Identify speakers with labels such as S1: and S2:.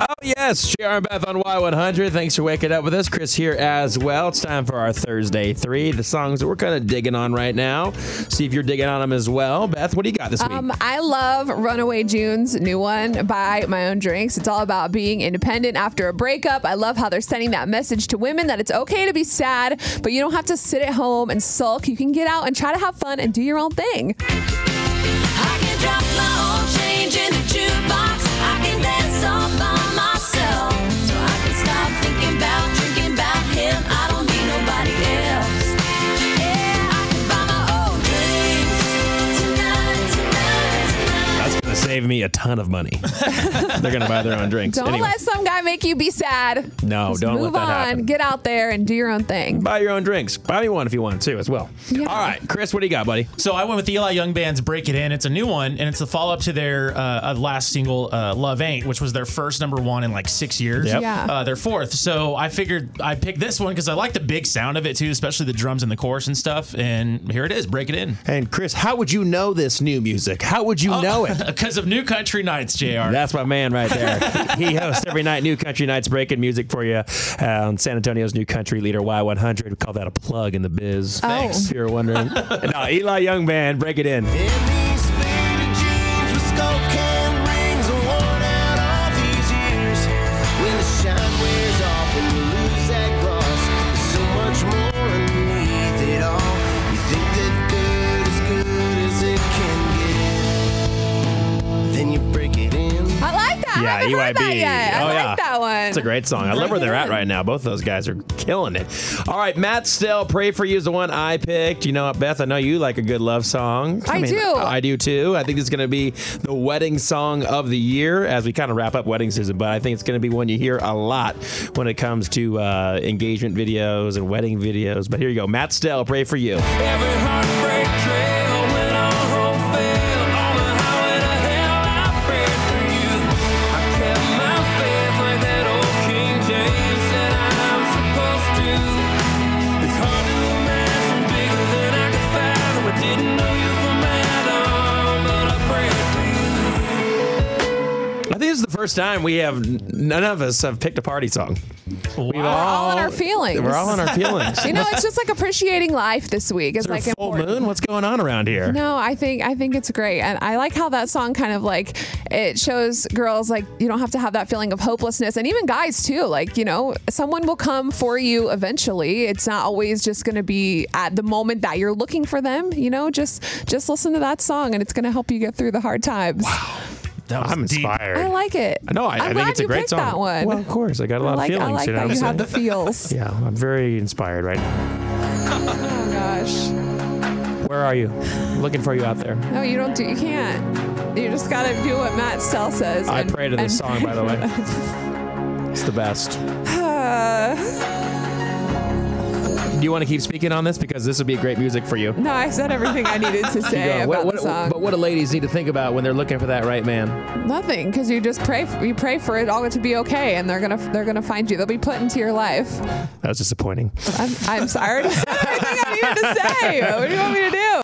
S1: Oh, yes. JR and Beth on Y100. Thanks for waking up with us. Chris here as well. It's time for our Thursday three, the songs that we're kind of digging on right now. See if you're digging on them as well. Beth, what do you got this week?
S2: Um, I love Runaway June's new one, Buy My Own Drinks. It's all about being independent after a breakup. I love how they're sending that message to women that it's okay to be sad, but you don't have to sit at home and sulk. You can get out and try to have fun and do your own thing.
S3: I can drop my own change in the jukebox. I can dance all by myself. So I can stop thinking about drinking about him. I don't need nobody else. Yeah, I can buy my own drinks tonight, tonight, tonight.
S1: That's going to save me a ton of money. They're going to buy their own drinks.
S2: Don't
S1: Anyway,
S2: let some guy make you be sad.
S1: No,
S2: Just
S1: don't let
S2: move
S1: that
S2: on.
S1: happen.
S2: Get out there and do your own thing.
S1: buy your own drinks. Buy me one if you want to as well.
S2: Yeah.
S1: All right, Chris, what do you got, buddy?
S4: So I went with Eli Young Band's "Break It In." It's a new one, and it's the follow up to their uh, uh, last single, uh, "Love Ain't," which was their first number one in like six years.
S1: Yep.
S2: Yeah.
S4: Uh, their fourth. So I figured I picked this one because I like the big sound of it too, especially the drums and the chorus and stuff. And here it is, "Break It In,"
S1: And Chris, how would you know this new music? How would you know it?
S4: because of New Country Nights, Jr.
S1: That's my man right there. he hosts every night New Country Nights, breaking music for you uh, on San Antonio's New Country Leader Y100. We call that a plug in the biz.
S2: Thanks.
S1: If you're wondering. no, Eli Young Band, break it in.
S5: In these faded jeans with skullcap rings, worn out all these years. When the shine wears off and you lose that gloss, there's so much more underneath it all. You think that good is good as it can get, then you break it in.
S2: I like that. I
S1: Yeah,
S2: haven't
S1: EYB.
S2: heard that yet. I
S1: Oh,
S2: like
S1: yeah.
S2: that one.
S1: It's a great song. I love where they're at right now. Both of those guys are killing it. All right, Matt Stell, Pray For You is the one I picked. You know what, Beth? I know you like a good love song.
S2: I do.
S1: I do too. I think it's going to be the wedding song of the year as we kind of wrap up wedding season, but I think it's going to be one you hear a lot when it comes to uh, engagement videos and wedding videos. But here you go Matt Stell, Pray For You.
S5: Every heartbreak trail when our hope failed, on the highway to hell, I prayed for you. I kept my faith like that old King James said I'm supposed to. It's hard to imagine bigger than I could fathom. I didn't know you from Adam, but I prayed for you.
S1: I think this is the first time we have, none of us have picked a party song. We've
S2: We're all in our feelings.
S1: We're all in our feelings.
S2: You know, it's just like appreciating life this week. It's
S1: Is there
S2: like
S1: a full
S2: important.
S1: moon? What's going on around here?
S2: No, I think I think it's great, and I like how that song kind of like it shows girls like you don't have to have that feeling of hopelessness, and even guys too. Like you know, someone will come for you eventually. It's not always just going to be at the moment that you're looking for them. You know, just just listen to that song, and it's going to help you get through the hard times.
S4: That was
S1: I'm
S4: deep.
S1: inspired.
S2: I like it.
S1: No, I,
S2: I'm
S1: I think
S2: glad
S1: it's a
S2: you
S1: great
S2: picked
S1: song.
S2: That one.
S1: Well, of course, I got a lot
S2: I like,
S1: of
S2: I
S1: feelings.
S2: like
S1: you know
S2: that
S1: what
S2: you
S1: I'm
S2: have the
S1: saying?
S2: feels.
S1: yeah, I'm very inspired right now.
S2: Oh gosh,
S1: Where are you? Looking for you out there.
S2: no, you don't do. You can't. You just got to do what Matt Stell says.
S1: I
S2: and-
S1: pray to this
S2: and-
S1: song, by the way. It's the best. Do
S2: Uh,
S1: you want to keep speaking on this because this would be great music for you?
S2: No, I said everything I needed to say
S1: Yeah,
S2: about
S1: what, what,
S2: the song.
S1: But what do ladies need to think about when they're looking for that right man?
S2: Nothing, because you just pray. You pray for it all to be okay, and they're gonna they're gonna find you. They'll be put into your life.
S1: That was disappointing.
S2: I'm, I'm sorry. I already said everything I needed to say. What do you want me to do?